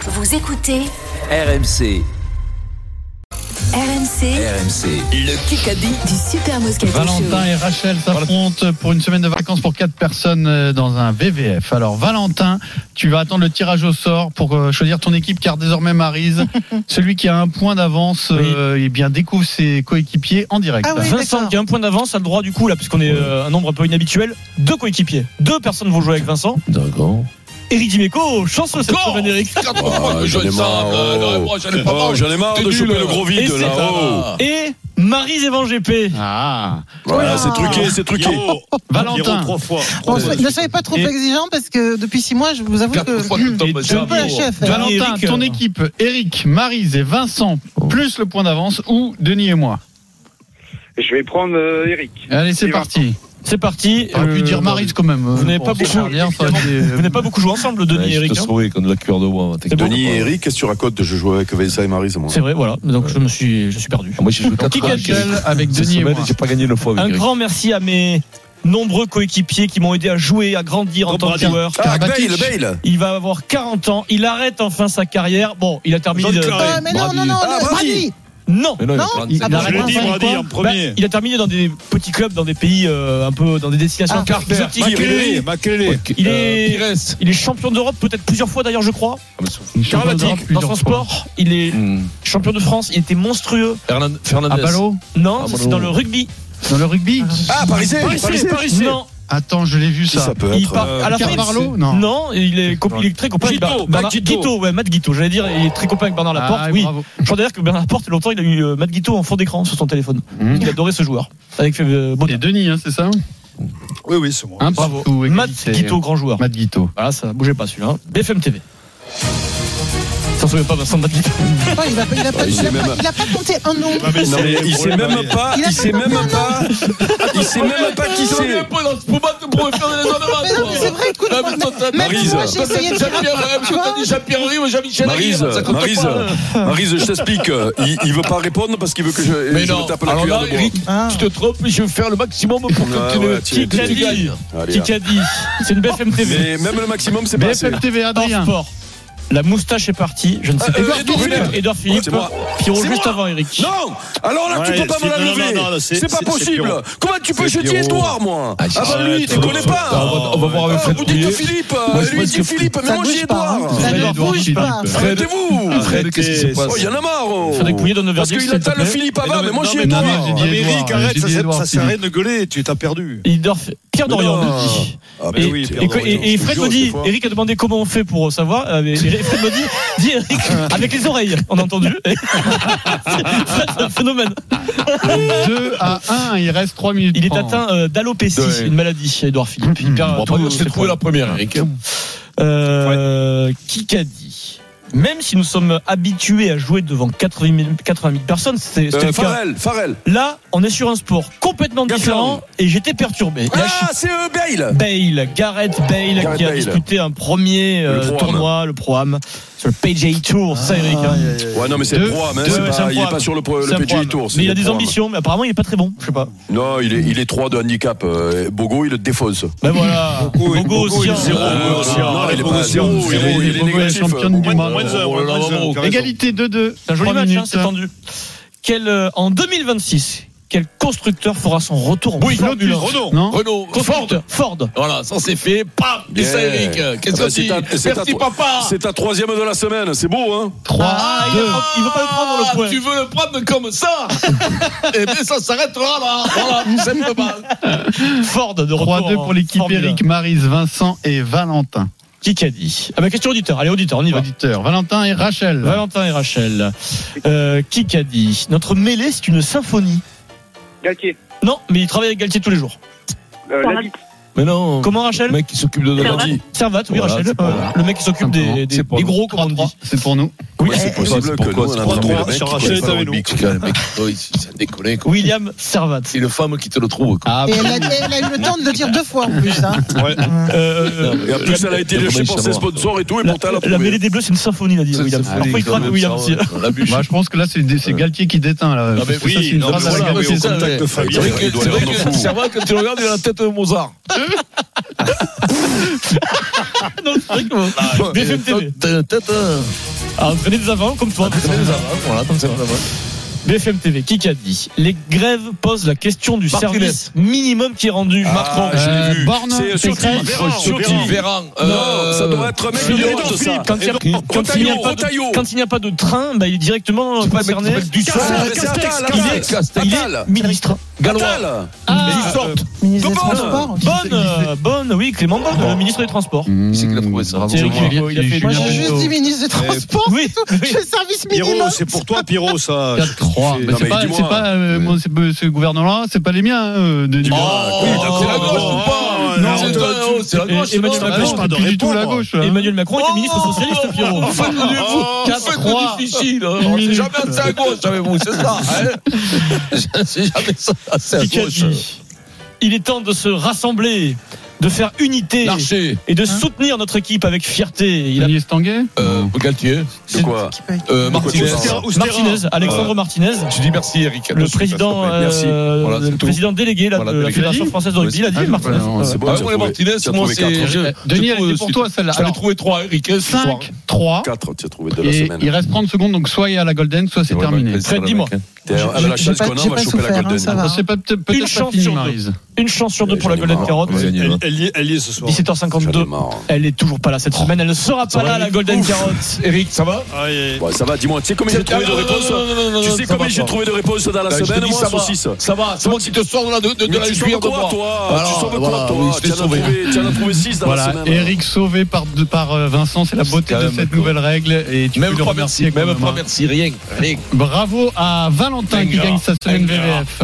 Vous écoutez RMC, RMC RMC. le Kikadi du Super Moscato Valentin et Rachel s'affrontent pour une semaine de vacances pour quatre personnes euh, dans un VVF. Alors Valentin, tu vas attendre le tirage au sort pour euh, choisir ton équipe car désormais Marise, celui qui a un point d'avance, euh, eh bien découvre ses coéquipiers en direct. Ah Vincent qui a un point d'avance a le droit du coup là puisqu'on est euh, un nombre un peu inhabituel deux coéquipiers deux personnes vont jouer avec Vincent Dragon. Eric Dimeco chanceux cette semaine Eric Oh, j'en ai marre. Oh, Oh, j'en ai marre de choper le gros Et vide c'est là. pas Oh. et Marie Zévan GP Ah, Voilà, c'est truqué, c'est truqué. Valentin, Bon, ne soyez pas trop Et- exigeant parce que depuis 6 mois, je vous avoue que bah, je suis un peu la chef. Dernier, Valentin, Eric, ton euh, Oh. équipe, Eric, Marise et Vincent, plus le point d'avance ou Denis et moi. Je vais prendre euh, Eric. Allez, c'est Et parti. c'est parti On Euh, pu dire Marise quand même. vous n'avez Bon, pas c'est beaucoup- bien, ça euh, va être des- vous n'avez pas beaucoup joué ensemble Denis et Eric hein. comme de la cuillère de bois. C'est bon. Denis et Eric, qu'est-ce que tu racontes Je jouais avec Vincent et Marie, c'est Ah, moi. c'est vrai voilà donc je me suis je suis perdu Moi, j'ai joué Donc, quatre fois Kikadi Ah, avec Denis et moi. j'ai pas gagné le fois un grand merci à mes nombreux coéquipiers qui m'ont aidé à jouer à grandir en tant que joueur Ah, Karabatic. Bale, Bale. il va avoir 40 ans il arrête enfin sa carrière bon il a terminé de- Ah, mais non, non, non, Ah, non, Brady. Brady. non Mais non, il a Non, 35. ah bon, Je l'ai dit, Enfin, Brady, quoi en Bah, il a terminé dans des petits clubs, dans des pays euh, un peu, dans des destinations Ah, exotiques. Makelele, Il est, il est champion d'Europe, peut-être plusieurs fois d'ailleurs, je crois. Champion d'Europe Dans plusieurs son fois. sport, il est champion de France. Il était monstrueux. À Ballot Non, Ah, c'est bravo. dans le rugby. bah, Dans le rugby Ah, Parisé Parisé Non, Attends, je l'ai vu Qui bah. ça. ça peut il être part euh, à la fin. Carvalho Non. Non. il est, comp- il est très copain. avec Bar- Bernard- Guito, ouais, Matt Guito. J'allais dire, il est très copain avec Bernard Laporte. Ah, oui. bravo. Je crois d'ailleurs que Bernard Laporte, longtemps, il a eu euh, Matt Guito en fond d'écran sur son téléphone. Mhm. Il adorait ce joueur. Avec euh, Baudin. Et Denis, hein, c'est ça Oui, oui, c'est moi. Un Bravo. partout, Matt égalité. Guito, grand joueur. Matt Guito. Voilà, ça bougeait pas celui-là. BFM TV. Ça se souvient pas Vincent Matli. Attends, il a pas- il a pas- Il il s'est a même- pas- il a pas compté un nom. Non, mais il sait même pas, Il a il sait pas même pas, bah, il sait même pas qui c'est. Mais non, mais c'est vrai, écoute, moi, même Maryse. moi, j'ai essayé de faire un peu, tu vois. Marise, Marise, Marise, je t'explique. euh, Il, il veut pas répondre parce qu'il veut que je, je me tape la cuillère de bois. Ah. Euh, Ouais, ouais, tu- tu- tu- Kikadi. Allez, hein. Kikadi. C'est une BFM TV. Mais même le maximum, c'est pas assez. BFM TV, Hors Adrien. sport. La moustache est partie. Je ne sais Euh, plus. euh, Edouard Philippe. Edouard Philippe. C'est moi. Pierrot C'est juste moi. avant Eric. Non Alors là, tu Ouais, peux pas me c'est- la non, non, lever. non, non, c'est- C'est pas c'est- possible. c'est Comment tu peux C'est jeter Pierrot. Edouard, moi Ah c'est- bah lui, tu arrête, connais pas on Ah, va- on va voir avec Fred Vous dites Philippe euh, Moi, je Lui, vois il dit ce que- Philippe, mais Ça moi, j'ai bouge pas, Edouard hein. Ça Edouard ne bouge Philippe. pas. Arrêtez-vous Fred, qu'est-ce qui se passe Oh, il y en a marre oh. Faudrait couiller dans nos Parce verdicts, s'il qu'il te attend le plaît. Philippe avant, mais moi, j'ai non, mais Edouard j'ai dit Mais Edouard, Eric, j'ai arrête, dit ça, sert- Edouard ça sert à Philippe. rien de gueuler, tu t'as perdu. Edouard- Pierre Mais Dorian. non. Ah, mais Et, oui, et- Pierrot, et- et- et je te Fred jure, me des dit, fois. Eric a demandé comment on fait pour savoir. euh, et Fred me dit, dis Eric, avec les oreilles, on a entendu. Fred, c'est un phénomène. 2 à 1, il reste 3 minutes. Il est 30. atteint euh, d'alopécie, Oh. Ouais. Mmh. une maladie, Edouard Philippe. Il perd tout, ses problèmes. première, Eric. Euh, Kikadi. Même si nous sommes habitués à jouer devant 80 000, 80 000 personnes, c'est Euh, c'était le cas. Farel, Farel. Là, on est sur un sport complètement différent et j'étais perturbé. Il y a Ah, c'est euh, Bale Bale, Gareth Bale Gareth qui a Bale. disputé un premier euh, Le Pro Am. Ah, tournoi, le Pro-Am, sur le PGA Tour, c'est ça Eric. hein. Ouais, non, mais c'est Deux- le pro, mais deux- c'est c'est un pas- il est pro-am. pas sur le, pro- C'est le un PGA Pro-Am. Tour. c'est Mais il a le des pro-am. ambitions, mais apparemment il est pas très bon, je sais pas. Non, il est, il est 3 de handicap. euh, Bogo, il le défausse. Ben voilà, Bogo, aussi. hein. zéro. Euh, Bogo, zéro. non, il est Bogo, pas à zéro. zéro, il est- Zéro, il est Bogo est négatif. championne du Oh, monde. moins de- Oh, moins moins de- de- moins de- t'as raison. Égalité 2-2. C'est un joli Trois match, hein, minutes. c'est tendu. Quel, euh, en 2026, quel constructeur fera son retour en Oui, Formule 1 Renault. Non Renault. Ford. Constructeur, Ford. Voilà, ça c'est fait. Pam Et ça, Yeah. Eric. Qu'est-ce Ah bah, que c'est tu ta- dis c'est ta Merci, tro- papa. C'est ta troisième de la semaine, c'est beau, hein 3 Ah, il 2. veut- il veut pas le prendre, le point. Tu veux le prendre comme ça Et bien, ça s'arrêtera là. Voilà, tout simplement. Ford de retour. 3-2 en pour l'équipe Formule Eric, Marise, Vincent et Valentin. Qui qu'a dit Ah bah question auditeur. Allez auditeur, on y va. Auditeur. Valentin et Rachel. Valentin et Rachel. Euh, qui qu'a dit Notre mêlée, c'est une symphonie. Galtier. Non, mais il travaille avec Galtier tous les jours. Euh, Sarah. Lamy. Mais non Comment Rachel mec qui s'occupe de Servat. Donati. Servat, oui Voilà, Rachel. Euh, c'est pas mal. le mec qui s'occupe Simplement, des, des- c'est pas des mal. gros, comme on dit. C'est pour nous. Oui, c'est possible que nous, on a trois, attrapé trois, sur Rachel, le t'avais nous. mec. Ah, C'est déconné. quoi. William Servat. C'est une femme qui te le trouve. quoi. Ah, Et elle a, elle a eu le temps de le dire deux fois en plus. hein. Euh, Et en plus, elle a été La- léchée par la- ses sponsors et tout, et la, pourtant, elle a la mêlée trouvé. des Bleus, c'est une symphonie, il a dit C'est- William. c'est- Parfois, il craque c'est- William c'est- aussi. La bûche. Ah, Bah, je pense que là, c'est c'est Galtier qui déteint. Là, mais Parce que oui, ça, c'est une non, mais phrase à la voilà, Galtier, mais ça. on Contact de C'est Fabien. vrai que- c'est vrai que Servat, quand tu le regardes, il a la tête de Mozart. Non, c'est vrai que moi, Ah, BFM TV. Ah, entraîner des avants comme toi. Voilà, comme hein. ça. BFM TV, qui a dit Les grèves posent la question du Marc service minimum qui est rendu. Ah, Macron. je l'ai Euh, vu. Borne, C'est Pécresse, Surti. Véran, Surti. Véran. Véran. euh, Non, ça devrait être un mec de Philippe, droite, ça. Quand il y a- Et non, quand il y a Retailleau, pas de- Retailleau. quand il n'y a pas de train, bah, il est directement concerné. du sang. Castel, c'est Attal, Il Attal. est Castel. Il est ministre. Gallois. Attal. Il sort. Ministre des Bonne. Ah. Transports. Euh, Bonne, euh, bonne, oui, Clément Bonne, le ministre des Transports. C'est qu'il a trouvé ça. C'est Eric Julien Hugo, il a fait Pito. Moi, Julien j'ai juste dit ministre des Eh, Transports. Oui, Je fais service Pierrot, minimum. c'est pour toi, Pierrot, ça. 4-3. Non, Bah, C'est mais pas, dis-moi. c'est pas, euh, moi, c'est pas- ce gouvernement-là, c'est pas les miens, euh, de du- Oh, oui, c'est la gauche d'accord. ou pas Non, C'est tu- toi, oh, C'est la Et- gauche. Emmanuel non Ah, Macron, je on parle peut de plus du tout la répondre. gauche, là. Emmanuel Macron était Oh ministre socialiste, Pierrot. Oh, faites trois. le difficile. hein. On Minute. sait jamais assez à gauche avec vous, c'est ça. hein. C'est jamais ça assez à Qui a gauche. dit, Il est temps de se rassembler, de faire unité Larcher, et de soutenir notre équipe avec fierté. Il a- Agnès Tanguay euh, Galtier, De quoi euh, Martinez. Oustera- Oustera. Martinez, Alexandre Martinez. Je dis merci Eric. Le Là-dessus, président, là, s'il te plaît. euh, Voilà, c'est le tout. président délégué là, Voilà, de la délégué. Fédération française de rugby, il a dit Martinez. Non, c'est bon, Ah, j'ai moi, trouvé. les Martinez, Tu as moi, trouvé c'est. quatre. je- Denis, je elle trouve- Euh, était pour toi, celle-là. J'en ai Alors, trouvé trois, Eric. hein, ce soir. 5, 3. 4, tu as trouvé de la Et semaine. il reste 30 secondes, donc soit il y a la Golden, soit c'est Ouais, terminé. bah, Fred, dis-moi. T'es- ah, bah, la J'ai chance pas- qu'on a, j'ai on va pas choper la souffert, hein, Golden. ça va. C'est pas- peut-être Une pas chance fini, sur deux. Maryse. Une chance sur deux pour la J'en ai Golden marre. Carotte. Ouais, Elle, elle y est- elle y est ce soir. J'en ai 17h52. marre. Elle est toujours pas là cette semaine. Elle ne sera pas là, la Golden Carotte. Eric, ça va Bon, ça va, dis-moi, tu sais combien j'ai trouvé de réponses Tu sais combien j'ai trouvé de réponses dans la la semaine, moi, saucisse Bah, Ça va, c'est moi qui te sors là de, de, de Mais la tu sauves cuillère de quoi, toi bois. Tu Voilà, sauves voilà, quoi, oui, toi je t'ai Tu en as sauvé. trouvé- tu en as trouvé 6 dans la Voilà, semaine. Eric sauvé par, de- par euh, Vincent, c'est la beauté quand de même cette cool. nouvelle règle. Et tu Même peux le pas remercier merci, quand même même, pas hein. merci, rien, rien. Bravo à Valentin qui Venga, gagne sa semaine venga. VVF.